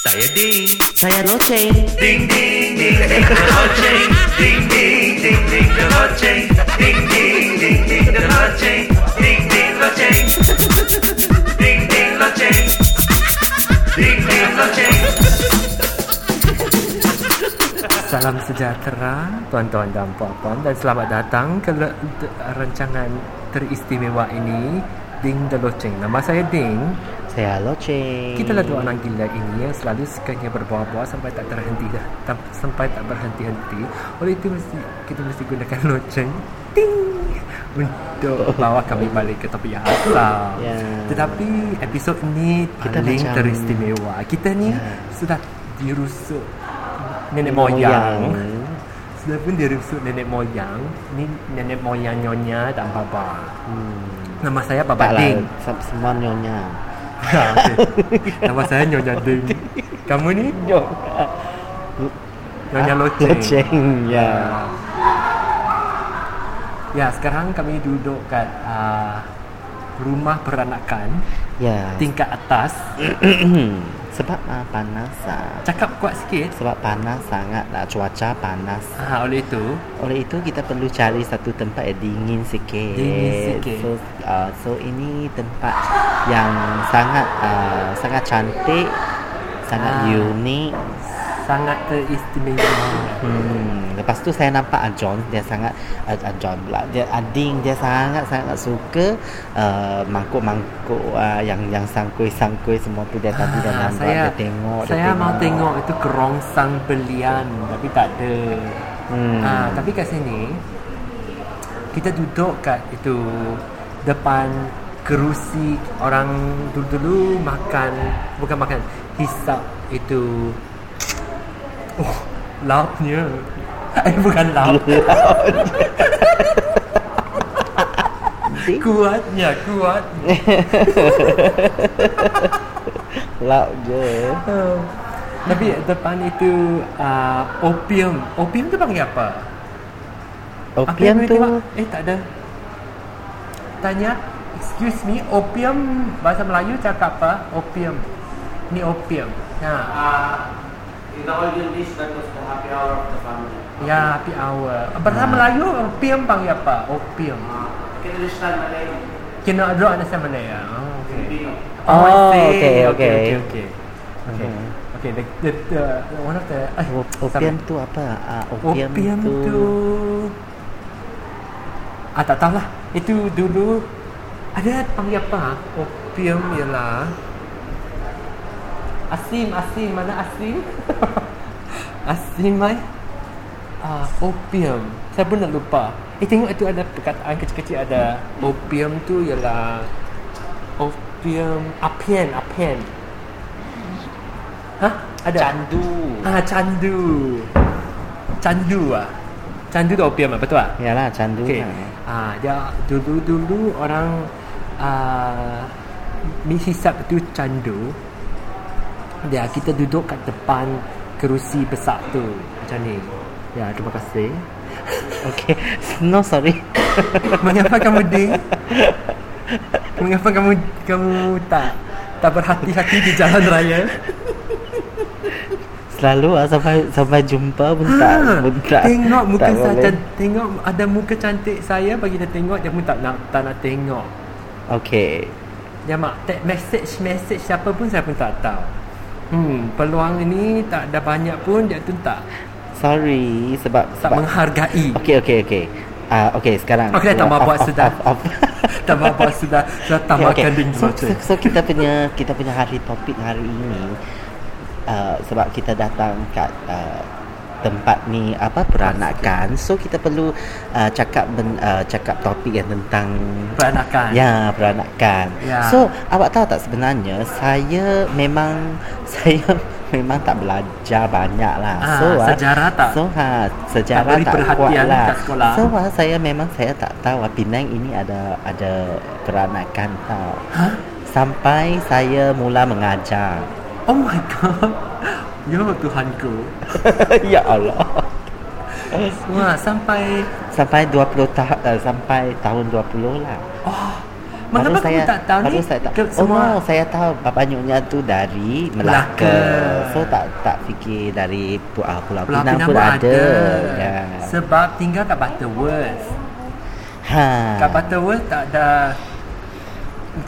Saya ding, Saya Loce. ding ding ding ding the hot chain, ding ding ding ding the hot chain, ding ding ding ding the hot chain, ding ding the chain, ding ding the chain, ding ding the chain. Salam sejahtera, tuan-tuan dan puan-puan dan selamat datang ke le- d- rancangan teristimewa ini Ding The Loceng. Nama saya Ding. Saya Loce. Kita lah dua orang gila ini yang selalu sukanya berbual-bual sampai tak terhenti dah, tam- sampai tak berhenti-henti. Oleh itu mesti kita mesti gunakan loceng ting untuk bawa kami balik ke topik yang asal. Ya. Tetapi episod ini Kita paling macam- teristimewa. Kita ni Ya. sudah dirusuk nenek Nenek moyang. moyang. Sudah pun dirusuk nenek moyang. Ni nenek moyang nyonya dan baba. Hmm. Nama saya Baba Tak lah, Ding. se- semua nyonya. Ha, okey. Nama saya Nyonya Ding. Kamu ni Nyonya. Nyonya Loceng. Ah, Loceng, ya. Ya, sekarang kami duduk kat uh, rumah peranakan Ya. tingkat atas. Sebab ah, panas ah. Cakap kuat sikit. Sebab panas sangat lah, cuaca panas. Ha, oleh itu, Oleh itu kita perlu cari satu tempat yang dingin sikit. Dingin sikit. So, ah, so ini tempat yang sangat ah, sangat cantik, sangat Ah. unik. sangat teristimewa. Hmm, lepas tu saya nampak ah, John dia sangat ah, ah, John pula dia Ading dia sangat sangat suka uh, mangkuk-mangkuk uh, yang yang sangkui-sangkui semua tu dia tadi dia Ah, nampak saya, dia tengok dia Saya tengok. mau tengok itu kerongsang belian tapi tak ada. Hmm. Ah, tapi kat sini kita duduk kat itu depan kerusi orang dulu-dulu makan bukan makan hisap itu oh lauknya eh bukan lauk kuatnya kuat lauk je Oh. tapi depan itu ah, opium opium tu panggil apa opium Apa yang tu boleh tengok? Eh tak ada Tanya Excuse me Opium Bahasa Melayu cakap apa? Opium Ni opium Ha Uh, in the olden days, that was the happy hour of the family. Ya happy hour Ah. Bahasa Melayu Opium panggil apa? Opium Uh, you can understand Malay, Cannot draw understand Malaya Oh okay Filipino. Oh, I Oh, see. okay, okay okay. Okay Okay Okay, Mhm. okay. The, the, the, One of the eh, O- opium sama. tu apa Ah, opium, Opium tu, tu Ah tak tahulah Itu dulu Ada panggil apa ah? Opium ialah Asim Asim Mana Asim Asim eh? mai ah, Opium Saya pun dah lupa Eh tengok itu ada perkataan kecil-kecil ada Opium tu ialah Opium Apian Apian Hah? Ada? candu Ah, candu. Candu ah. Candu tu opium ah, betul ah? Yalah candu Okey. lah. Ah, dia dulu-dulu orang ah menghisap tu candu. Dia kita duduk kat depan kerusi besar tu. Macam ni. Ya, terima kasih. okay no sorry Mengapa kamu ding? Mengapa kamu kamu tak tak berhati-hati di jalan raya? selalu ah, sampai sampai jumpa pun tak Ah, pun tak Tengok muka tak saya boleh. can, Tengok ada muka cantik saya Bagi dia tengok Dia pun tak nak, tak nak tengok okay Dia mak text message Message siapa pun Saya pun tak tahu Hmm, peluang ini tak ada banyak pun dia tu tak Sorry sebab tak sebab menghargai. Okey okey okey. Ah okey sekarang. Okey, tambah Off, buat off, sudah. off, off. tambah apa sudah sudah Okey, tambahkan okey. okay, ding So, so, so, so kita punya kita punya hari topik hari ini uh, sebab kita datang kat uh, tempat ni apa peranakan. So kita perlu uh, cakap ben, uh, cakap topik yang tentang Peranakan. Ya, peranakan. Ya. So, awak tahu tak sebenarnya saya memang saya memang tak belajar banyak lah. Ah, so, ah, sejarah tak- So, ha, sejarah beri tak, perhatian kuat lah. kat sekolah. So, ah, saya memang saya tak tahu ah, Penang ini ada ada peranakan tau. Hah? Sampai saya mula mengajar. Oh my god. Yo Tuhanku. ya Allah. Wah, sampai eh, Sampai 20 tahun sampai tahun 20 lah. oh baru Mengapa kamu saya, tak tahu baru ni? Saya tak, Ke- oh no, semua- saya tahu Bapa Nyonya tu dari Melaka. Melaka. So tak tak fikir dari Pu- ah, Pulau, Pulau Pinang, Pinang pun ada. Ya. Sebab tinggal kat Butterworth. Ha. Kat Butterworth tak ada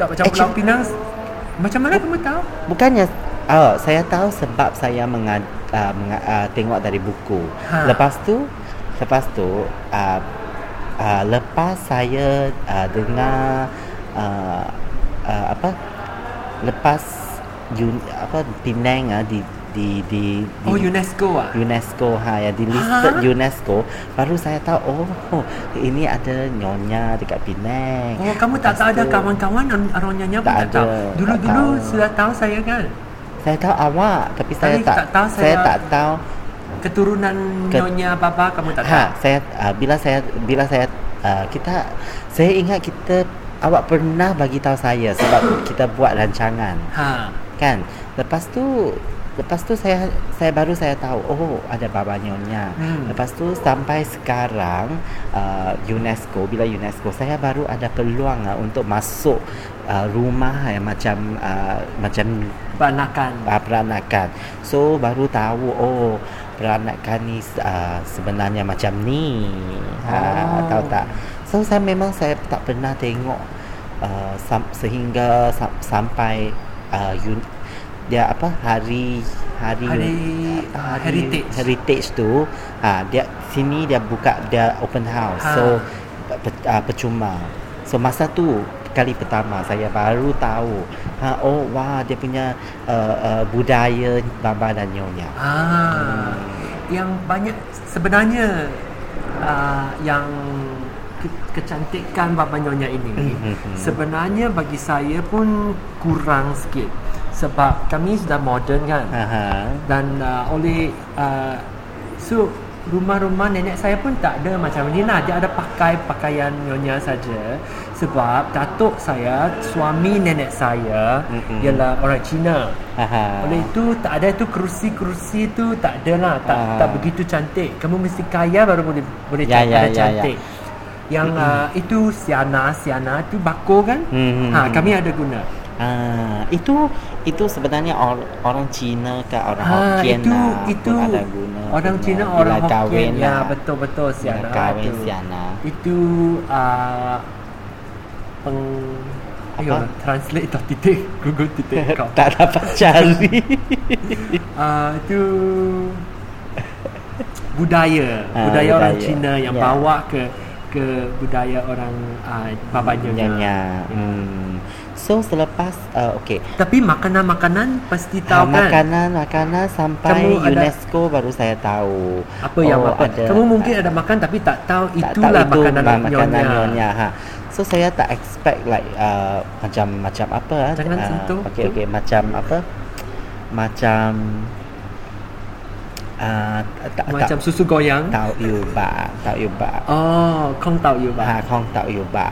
tak macam Pulau Actually- Pinang. Macam mana kamu tahu? Bukannya oh, saya tahu sebab saya mengad, uh, menga, uh, tengok dari buku. Ha. Lepas tu lepas tu uh, uh, lepas saya uh, dengar uh, uh, apa lepas un, apa Penang ah di di di, di Oh UNESCO ah. UNESCO ha ya di listed Ha? UNESCO baru saya tahu oh ini ada nyonya dekat Penang. Oh kamu tak Lepas tahu ada tu, kawan-kawan ar- aronyanya pun Hmm. Tak tak, tahu. ada, tak Dulu-dulu tahu. sudah tahu saya kan. Saya tahu awak tapi saya Tapi tak, tak tahu saya saya- tak tahu Keturunan Ket- nyonya bapa kamu tak tahu. Ha, saya uh, bila saya bila saya uh, kita saya ingat kita awak pernah bagi tahu saya sebab kita buat rancangan Ha. kan. Lepas tu lepas tu saya saya baru saya tahu oh ada baba nyonya. Hmm. Lepas tu sampai sekarang uh, UNESCO bila UNESCO saya baru ada peluang lah untuk masuk uh, rumah yang macam uh, macam Peranakan. uh, peranakan. So baru tahu oh peranakan ni uh, sebenarnya macam ni. Ha Oh. oh. tahu tak? So saya memang saya tak pernah tengok uh, sam- sehingga sam- sampai uh, un- dia apa hari hari Hari- apa, Ah, heritage. Ah, heritage tu ha, dia sini dia buka dia open house Ha. so pe, uh, percuma so masa tu kali pertama saya baru tahu ha, oh wah dia punya uh, uh, budaya baba dan nyonya Ah, yang banyak sebenarnya ah, yang ke- kecantikan Baba Nyonya ini Mhm. sebenarnya bagi saya pun kurang sikit sebab kami sudah modern kan Ha. Aha. dan ah, oleh ah, so rumah-rumah nenek saya pun tak ada macam ni lah dia ada pakai pakaian nyonya saja sebab datuk saya suami nenek saya Mhm. ialah orang Cina Aha. oleh itu tak ada tu kerusi-kerusi tu tak ada lah tak Ah. tak begitu cantik. Kamu mesti kaya baru boleh boleh Ya, cantik, ya, ada ya, cantik. Yang ah, itu siana siana tu bako kan? Hmm. Ha kami ada guna. Ah, itu itu sebenarnya or, orang Cina ke orang Ha Hokkien itu lah itu pun ada guna orang punya. Cina Bila orang kahwin Hokkien ya lah. betul betul Bila siana. kahwin tu. siana Itu ah, peng Ayo, Apa? translate atau titik Google titik kau tak dapat cari Ah, itu budaya Ah, budaya orang budaya. Cina yang Ya. bawa ke ke budaya orang uh, Bapa Nyonya. Nyonya. ya. Hmm. So selepas uh, okay Tapi makanan-makanan pasti Ah, tahu kan. makanan makanan sampai Kamu ada- UNESCO baru saya tahu. Apa yang Oh, apa? ada- Kamu mungkin ada makan tapi tak tahu tak itulah tahu makanan, ma- makanan nyonya. nyonya. Ha. So saya tak expect like uh, macam macam apa ah, Jangan ah, sentuh Okey tu. okey macam apa? Macam ah, tak Macam tak susu goyang. tahu yuba, tahu yuba. Oh, kong tahu you Ha, ba. kong tahu yuba.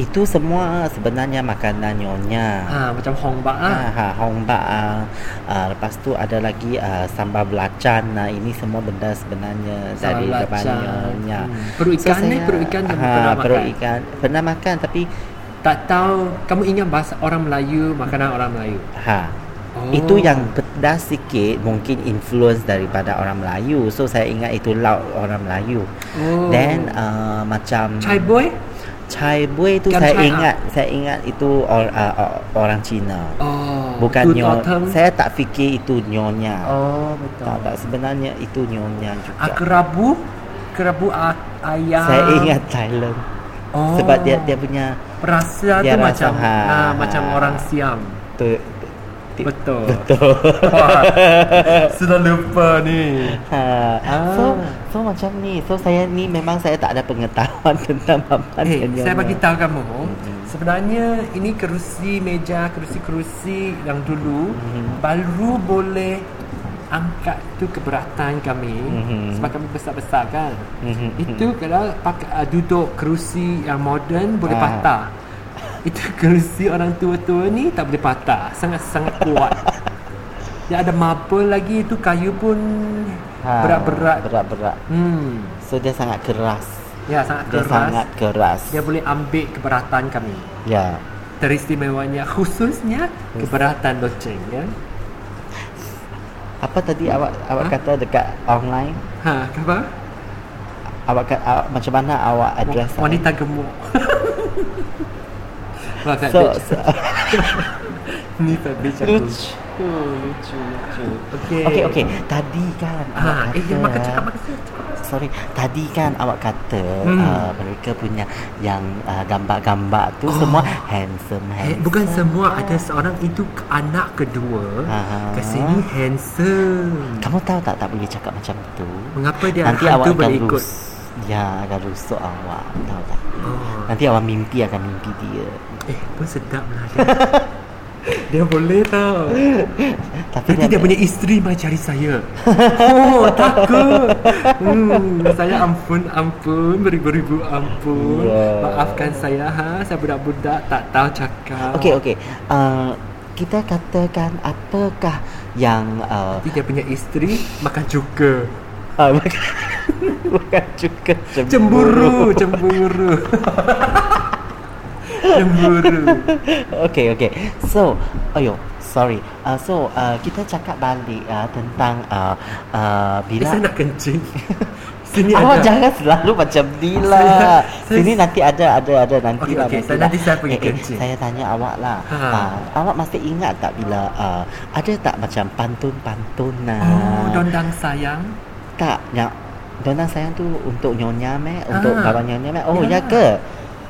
Itu semua sebenarnya makanan nyonya. Ah, macam hong ba ah. Ah, ha, Hong Bak ah. ah. Lepas tu ada lagi ah, sambal belacan ah. Ini semua benda sebenarnya Sambal dari Ya. belacan. depannya. Hmm. Perut ikan ni, perut ikan yang pernah Ha, perut makan? ikan pernah makan tapi Tak tahu kamu ingat bahasa orang Melayu, makanan orang Melayu. ha Oh. itu yang pedas sikit mungkin influence daripada orang Melayu. So saya ingat itu lauk orang Melayu. Oh. Then ah, macam chai boy? chai buih tu Ikan saya chai, ah. ingat saya ingat itu or, ah, ah, orang Cina. Oh, um, Bukan good nyonya. autumn. Saya tak fikir itu nyonya. Oh, betul. Tak, tak sebenarnya itu nyonya juga. Ah, kerabu kerabu ah, ayam. Saya ingat Thailand. Oh. Sebab dia dia punya perasa dia Oh, tu rasa, macam ha, ah, macam ha. orang Siam. tu ti- Betul. betul. Sudah lupa ni. ha. Ah. So so macam ni. So saya ni memang saya tak ada pengetahuan tentang papan Eh, dan nyonya. saya bagi tahu kamu. Hmm. Sebenarnya ini kerusi meja, kerusi-kerusi yang dulu Hmm. baru boleh angkat tu keberatan kami Mhm. sebab kami besar-besar kan. Mhm. Itu kalau pakai ah, duduk kerusi yang moden boleh Ah. patah. Itu kerusi orang tua-tua ni tak boleh patah, sangat-sangat kuat. Dia ada marble lagi itu kayu pun Ha, berat-berat. Berat-berat. Hmm. So dia sangat keras. Ya, sangat Dia keras. sangat keras. Dia boleh ambil keberatan kami. Ya. teristimewanya khususnya keberatan loceng ya. Apa tadi awak awak Ha? kata dekat online? Ha, apa? Awak, ka- awak macam mana awak address? Wa- Wanita gemuk. Wah, awak? Fat So, bitch. so ni fat bitch aku. lucu, lucu, lucu. Okay. Okay, okay. Tadi kan. Ah, awak eh, kata- yang makan cakap makan cakap. Sorry, tadi kan awak kata Hmm. uh, mereka punya yang uh, gambar-gambar tu Oh. semua handsome Eh, handsome. bukan semua ada seorang itu ke- anak kedua Ah. ke sini handsome. Kamu tahu tak tak boleh cakap macam tu? Mengapa dia Nanti Oh, ya, hantu awak akan boleh ikut? rus Ya, akan rusuk awak. Tahu tak? Oh. Nanti awak mimpi akan mimpi dia. Eh, pun sedap lah dia. dia boleh tau. Tapi Nanti dia punya isteri mai cari saya. Oh, takut. Hmm, saya ampun, ampun, beribu-ribu ampun. Wow. Maafkan saya ha, saya budak-budak tak tahu cakap. Okey, okey. Uh, kita katakan apakah yang uh, Nanti dia punya isteri makan cuka. uh, bukan juga Cemburu, cemburu. cemburu. Okay, okay. So, ayo, sorry. Uh, so, uh, kita cakap balik uh, tentang uh, uh, Eh, bila... saya nak kencing. Sini Awak ada. jangan selalu macam ni lah. Saya- saya- Sini nanti ada, ada, ada. Nanti Okey, lah. okey. nanti Saya- lah. nanti saya pergi kencing. saya tanya awak lah. Ha. Uh, awak masih ingat tak bila... Uh, ada tak macam pantun-pantun lah? Oh, dondang sayang. Tak, yang... Dona sayang tu untuk nyonya meh, untuk Ah. kawan nyonya meh. Oh, Ya. ya, ke?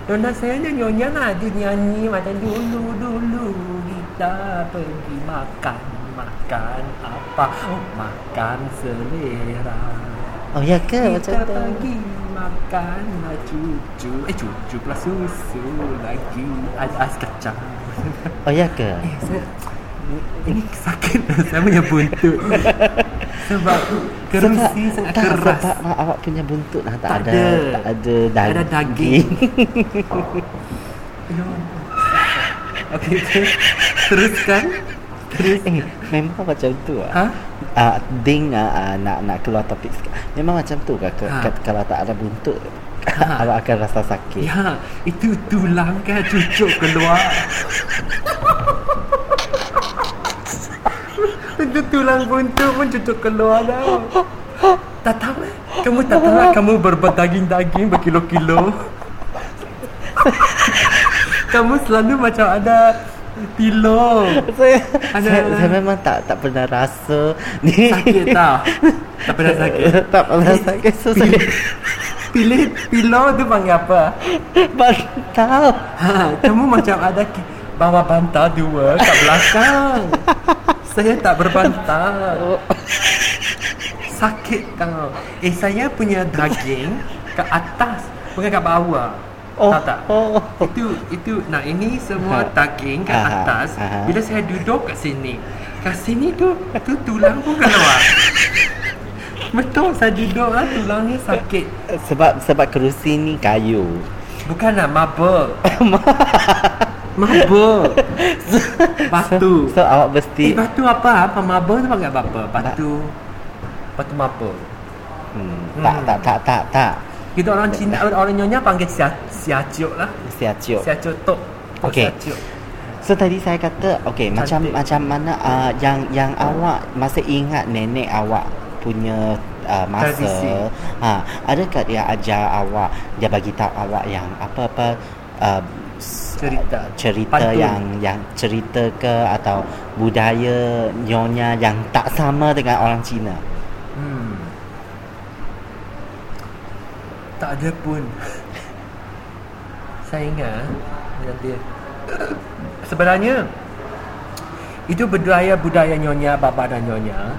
Dona saya ni nyonya lah Dia nyanyi macam dulu dulu Kita pergi makan Makan apa Makan selera Oh, ya ke? Macam Kita tu. pergi makan lah cucu Eh cucu pula susu lagi Ada ais kacang Oh, ya ke? Eh saya Ini sakit Saya punya buntut Sebab Kerusi sangat tak, keras Sebab mak awak punya buntut lah tak, Tak ada, ada. tak ada Tak daging. ada daging. Ya Allah. Okey, terus, teruskan. Terus. eh, memang macam tu ah. Ha? Ah, ding ah, ah, nak nak keluar topik sikit. Memang macam tu kah? Ke, Ha. ke- kalau tak ada buntut Ha. awak akan rasa sakit. Ya, itu tulang ke cucuk keluar. itu tulang buntu pun cucuk keluar dah. Tak tahu eh? Kamu tak tahu eh? kamu berberdaging-daging berkilo-kilo. kamu selalu macam ada tilong. Saya, Ada- lah. saya, saya memang tak tak pernah rasa ni. Sakit tau Tak pernah sakit tak pernah sakit. So, saya Pilih Pilih Pillow tu panggil apa bantal. ha, Kamu macam ada ki- Bawa bantal dua Kat belakang Saya tak berbantal Sakit tau Eh saya punya daging Ke atas Bukan kat bawah Oh, Tahu tak oh. itu itu nah ini semua Ha. daging kat Aha, atas aha. bila saya duduk kat sini kat sini tu tu tulang pun keluar betul saya duduk lah tulang ni sakit Sebab sebab kerusi ni kayu. bukan lah marble marble batu So, so awak eh mesti batu apa apa marble tu panggil apa batu batu marble hmm, Hmm. tak tak tak tak tak. kita orang Cina orang nyonya panggil sia siacuk lah Mesti acuk. siacuk tok Tok Okey. siacuk. So tadi saya kata, okey macam Cantik. macam mana uh, yang yang awak masih ingat nenek awak punya uh, masa. Tradisi. Ha, adakah dia ajar awak, dia bagi tahu awak yang apa-apa uh, s- Cerita. uh, cerita Pantun. yang yang cerita ke atau budaya nyonya yang tak sama dengan orang Cina. Hmm. Tak ada pun. Saya ingat ah, dengan dia. Sebenarnya itu budaya budaya nyonya baba dan nyonya ah,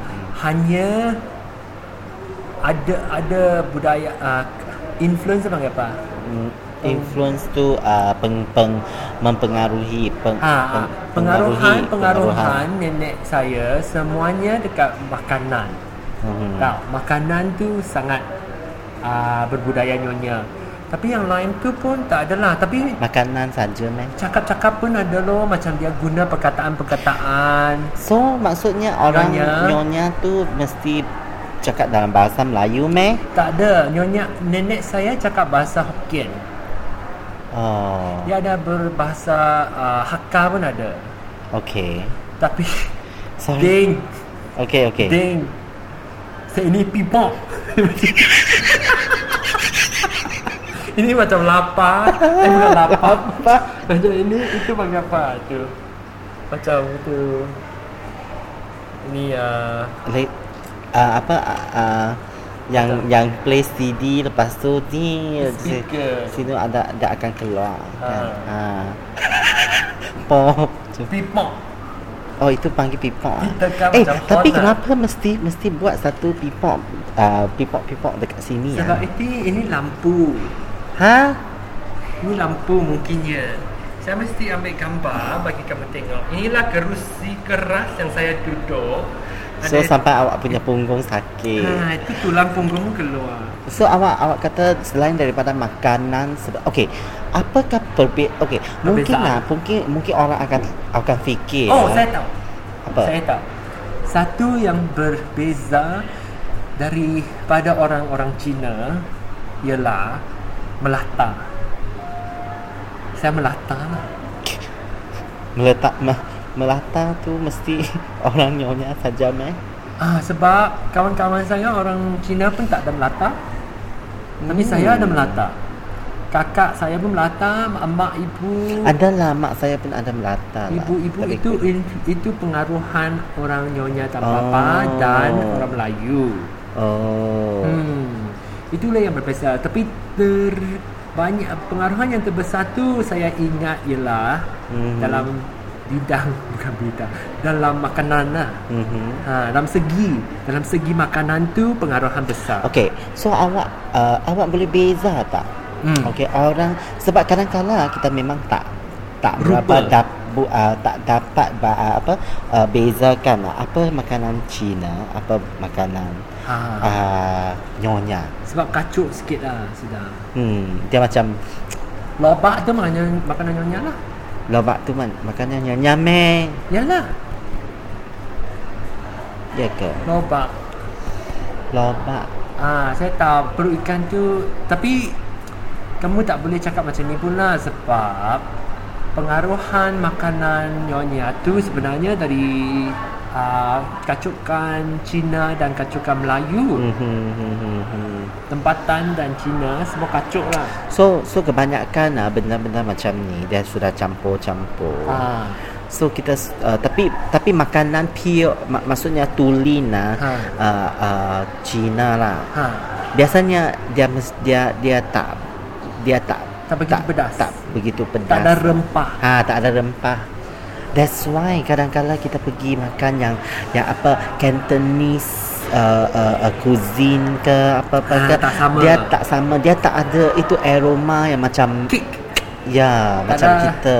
hanya ada ada budaya uh, influence panggil apa? Hmm, Mm, Influence tu uh, peng, peng, mempengaruhi peng, Ah, ah, peng- pengaruhan, pengaruhi, pengaruhan nenek saya semuanya dekat makanan. Hmm. Tak, makanan tu sangat uh, berbudaya nyonya. Tapi yang lain tu pun tak adalah. Tapi Makanan saja meh. cakap-cakap pun ada loh. Macam dia guna perkataan-perkataan. So maksudnya orang nyonya, Nyonya. tu mesti cakap dalam bahasa Melayu meh? Tak ada. Nyonya, nenek saya cakap bahasa Hokkien. Oh. Dia ada berbahasa uh, Hakka pun ada. Okay. Tapi Sorry. ding Okay, okay. ding. Saya ini pipok. ini macam lapar, eh bukan lapar. Apa? Macam ini itu panggil apa tu? Macam tu. Ini uh, Like, uh, apa uh, uh, yang yang play CD lepas tu ni Speaker. sini ada ada akan keluar kan. Ah. Ah. Pop. tu. pipok. Oh itu panggil pipok. ah. Ditekan Eh macam tapi horn, ah. kenapa mesti mesti buat satu pipok uh, pipok pipok dekat sini ya? Sebab ini ini lampu. Ha? Ini lampu mungkinnya. Saya mesti ambil gambar bagi kamu tengok. Inilah kerusi keras yang saya duduk. So sampai awak punya punggung sakit. Ha, itu tulang punggungmu keluar. So awak awak kata selain daripada makanan sebab okey, apakah perbe okey, mungkin lah mungkin mungkin orang akan akan fikir. ya, Oh, saya tahu. Apa? Saya tahu. Satu yang berbeza daripada orang-orang Cina ialah melata. Saya melata lah. meletak me, melata tu mesti orang nyonya saja meh. Ah, sebab kawan-kawan saya orang Cina pun tak ada Melata. Tapi Hmm. saya ada Melata. Kakak saya pun Melata, emak ibu. Adalah lah, mak saya pun ada melata lah. Ibu-ibu Tapi- itu itu pengaruhan orang Nyonya dan Oh. Papa dan orang Melayu. Oh. Hmm. Itulah yang berbeza. Tapi ter banyak pengaruhan yang terbesar tu saya ingat ialah Mhm. dalam bidang bukan bidang dalam makanan lah. Mhm. Ha, dalam segi dalam segi makanan tu pengaruhan besar. Okey, so awak uh, awak boleh beza tak? Hmm. Okey, orang sebab kadang-kala kita memang tak tak Rupa. berapa dap, bu, uh, tak dapat ba, uh, apa uh, bezakan lah apa makanan Cina, apa makanan Ha, uh, nyonya. sebab kacuk sikit lah sudah. Hmm, dia macam Lobak tu makanan makanan nyonya lah. lobak tu man, makanan nyonya meh. Yalah, Ya ke? lobak. Lobak. Ah, saya tahu perut ikan tu tapi kamu tak boleh cakap macam ni pula sebab pengaruhan makanan nyonya tu sebenarnya dari ah, kacukan Cina dan kacukan Melayu. Mhm, mhm, mhm. Tempatan dan Cina semua kacuk lah. So so kebanyakan ah benda-benda macam ni dia sudah campur-campur. Ah. So kita s- uh, tapi tapi makanan pure mak, maksudnya tulina Ha. ha. uh, uh, Cina lah. Ha. Biasanya dia mes- dia dia tak dia tak Tak begitu pedas. Tak begitu pedas. Tak ada rempah. Ha, tak ada rempah. That's why kadang-kala kita pergi makan yang yang apa Cantonese uh, uh, uh, cuisine ke apa-apa Ah, ke tak sama. dia tak sama dia tak ada itu aroma yang macam Kek. ya Tak macam ada- kita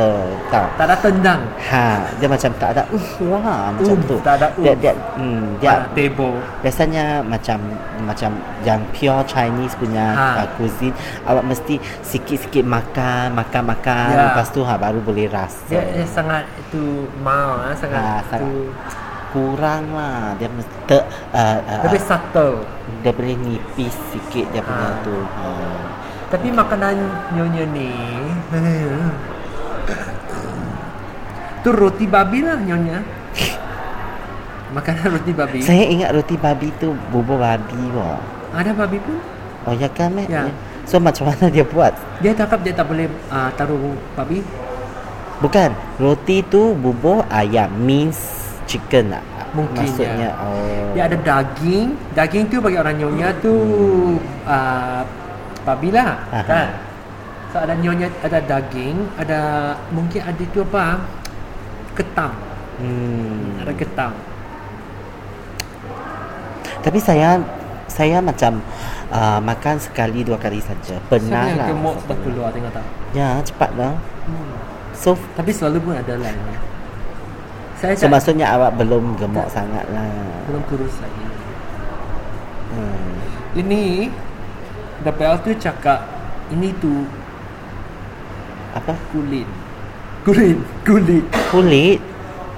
tak Tak ada tendang. Ha, dia macam tak ada uh wah macam Um, tu. tak ada um. Dia dia hmm, dia Ah, table. biasanya macam macam yang pure Chinese punya Ha. ha. uh, cuisine awak mesti sikit-sikit makan, makan-makan Ya. lepas tu ha baru boleh rasa. Dia, dia sangat itu mau ah, sangat Ah, itu kurang lah dia mesti ter, uh, uh, lebih subtle. dia boleh nipis sikit dia punya Ha. tu. Ha. Tapi makanan nyonya ni Tu roti babi lah nyonya Makanan roti babi Saya ingat roti babi tu bubur babi wah. Ada babi pun Oh ya kan? Mat? Ya. So macam mana dia buat? Dia cakap dia tak boleh uh, taruh babi Bukan, roti tu bubur ayam means chicken lah. Mungkin, maksudnya. ya. Oh. Dia ada daging Daging tu bagi orang nyonya tu uh, Babi lah Aha. kan So ada nyonya ada daging Ada mungkin ada tu apa Ketam Hmm. Ada ketam Tapi saya saya macam uh, makan sekali dua kali saja. Pernah Saya lah. gemuk sebab keluar tengok tak Ya, cepat lah. hmm. So, Tapi selalu pun ada lain Saya so tak maksudnya awak belum gemuk Tak. sangat lah. belum kurus lagi Hmm. Ini Dabel tu cakap Ini tu Apa? kulit Kulit Kulit Kulit?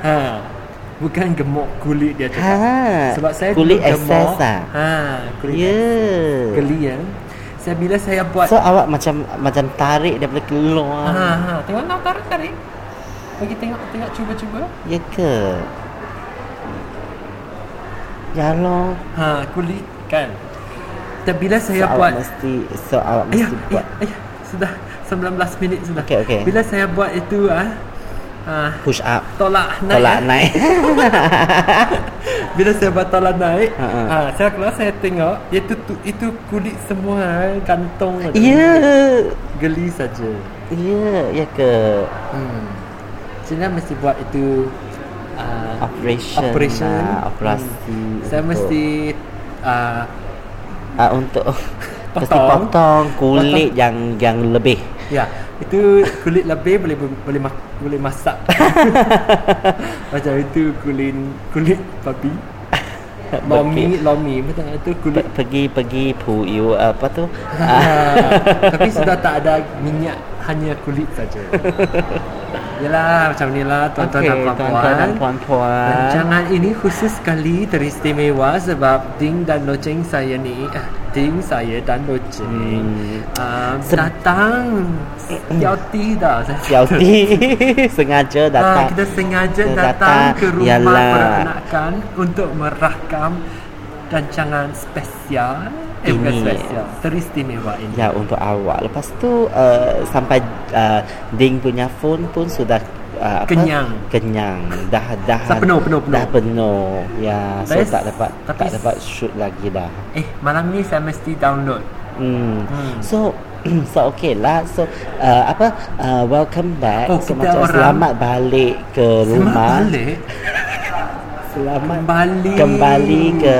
Ha Bukan gemuk kulit dia cakap Ha, Sebab saya kulit lah. dulu gemuk excess ah? Ha Kulit Ya. Geli ya Saya bila saya buat So awak macam macam tarik daripada keluar. ha, ha. Tengok nak tarik tarik Pergi tengok tengok cuba-cuba Ya ke? Ya loh. Ha kulit kan Dan bila saya So awak Ya, buat Ya, mesti so awak Ayah, mesti ayah, buat ayah, sudah 19 minit sudah. Okey, okey. Bila saya buat itu ah, ah push up. tolak naik. Tolak eh. naik. Bila saya buat tolak naik, Ha, ha. ah, saya keluar saya tengok itu tu- itu kulit semua eh, kantong. ada. Ya. Geli saja. Ya, ya ke? Hmm. Cina mesti buat itu ah, Operation. operation, Lah, operasi. Hmm. Saya untuk- mesti ah, ah untuk mesti Potong. potong kulit Potong. yang yang lebih. Ya, itu kulit lebih boleh boleh mak, boleh masak. Macam itu kulit kulit babi. Lomi, lomi macam itu kulit. Pe- pergi pergi puyu apa tu? Ah, tapi sudah tak ada minyak, hanya kulit saja. Yalah, macam ni lah tuan-tuan Okey, dan tuan-tuan dan puan-puan. puan-puan. Rancangan ini khusus sekali teristimewa sebab Ding dan Loceng saya ni ah, Ding saya dan Loceng Hmm. ah, Sen- Eh, Datang Yauti dah saya Yauti Ya, sengaja Ah, datang. kita sengaja Kita datang, ke rumah Yalah. peranakan untuk merakam rancangan spesial. Eh, bukan Ini. spesial. Teristimewa ini. Ya untuk awak. Lepas tu uh, sampai uh, Ding punya phone pun sudah uh, apa? Kenyang. Kenyang. Dah dah. Dah penuh, penuh, penuh. Dah penuh. Ya, so Tapi- tak dapat tapi- tak dapat shoot lagi dah. Eh, malam ni saya mesti download. Hmm. Hmm. So so okay lah. So uh, apa uh, welcome back. Oh, so, kita macam orang- selamat balik ke rumah. Selamat balik. Selamat Kembali. kembali ke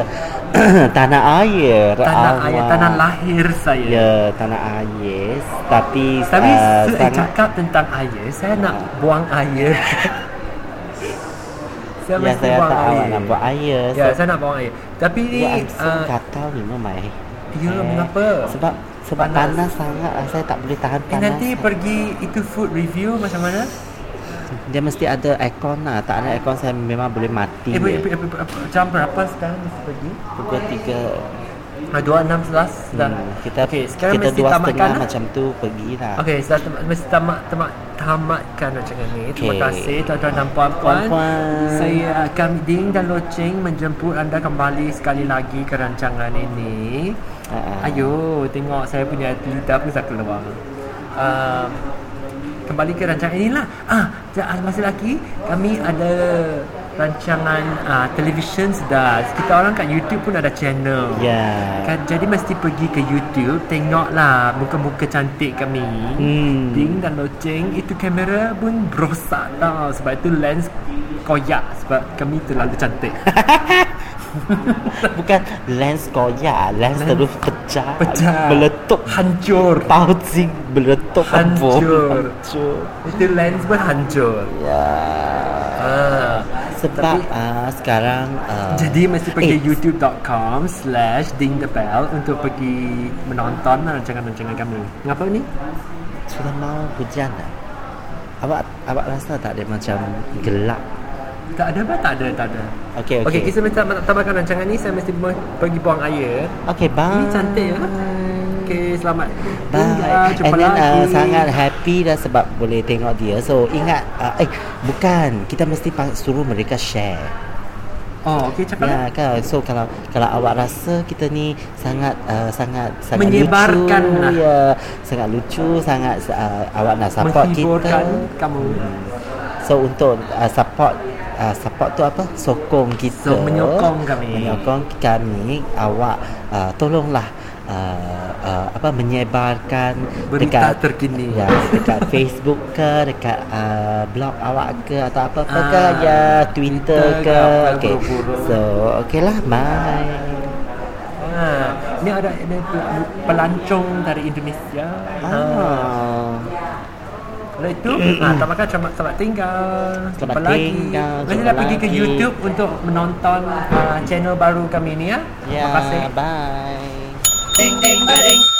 tanah air. Tanah air, awak. tanah lahir saya. Ya, tanah air. Tapi Tapi uh, uh, saya sangat cakap tentang air, saya nak buang air. saya Ya, mesti saya buang tak air. awak nak buat air. Ya, saya nak buang air. Tapi ni... Ya, I'm so ah, gatal ni mamai. Ya, mengapa? Sebab sebab Panas. panas, sangat ah, saya tak boleh tahan eh, panas. nanti pergi itu food review macam mana? dia mesti ada aircon lah. Tak ada aircon saya memang boleh mati. Eh, Eh, ber- ber- ber- ber- jam berapa sekarang mesti pergi? Pukul tiga Ah, dua enam sebelas dah. hmm, kita okay, sekarang kita mesti dua tamatkan setengah lah. macam tu pergi lah. Okey, saya tamat, mesti tamat, tamat, tamatkan rancangan ni. Terima Okey. kasih tuan-tuan dan puan-puan. Puan-puan. Saya kami Ding dan Loceng menjemput anda kembali sekali lagi ke rancangan ini. Ah, ah. Ayo, tengok saya punya lidah pun dah keluar. Um, kembali ke rancangan inilah. Ah, ja- ah, masih lagi kami ada rancangan ah, televisyen sudah. Kita orang kat YouTube pun ada channel. Ya. Kan, jadi mesti pergi ke YouTube Tengoklah muka-muka cantik kami Hmm. Ding dan loceng Itu kamera pun rosak tau Sebab itu lens koyak Sebab kami terlalu cantik Bukan lens koyak, lens, Lens terus pecah, Pecah meletup. Hancur Pausing meletup Hancur. apa? Hancur. Itu lens pun hancur Ya. ah. Sebab uh, sekarang uh, Jadi mesti pergi eh, youtube.com Slash ding the bell Untuk pergi menonton lah rancangan-rancangan kami Ngapa ni? Sudah mau hujan dah. Awak awak rasa tak dia macam gelap? Tak ada apa? Tak ada, tak ada Okey, Okey, okey. kita minta tambahkan rancangan ni Saya mesti pergi buang air Okey, bye. Ini cantik ya. Okey, selamat. Tinggal, Bye. Jumpa And then lagi. uh, sangat happy dah sebab boleh tengok dia. So ingat uh, eh bukan kita mesti pang- suruh mereka share. Oh, okey cakap. Ya lah. kan. So kalau kalau awak rasa kita ni sangat uh, sangat sangat Menyebarkan lucu, lah. ya, sangat lucu, sangat uh, awak nak support Menghiburkan kita. Ya. kamu. So untuk uh, support uh, support tu apa? Sokong kita. So, menyokong kami. Menyokong kami awak uh, tolonglah uh, uh, apa menyebarkan Berita dekat terkini. Ya, dekat Facebook ke, dekat uh, blog awak ke atau apa-apa Ah, ke, ya Twitter, Twitter ke ke. apa, Okey. buruk-buruk. So, okeylah, bye. Ha, ni ada ada pel- pelancong dari Indonesia. Ha. Ah. Kalau itu, ha, tambahkan selamat, selamat tinggal. Selamat tinggal, Nanti jumpa dah pergi ke lagi. YouTube untuk menonton uh, channel baru kami ni ya. Ya, Terima kasih. bye. Ding ding ba ding,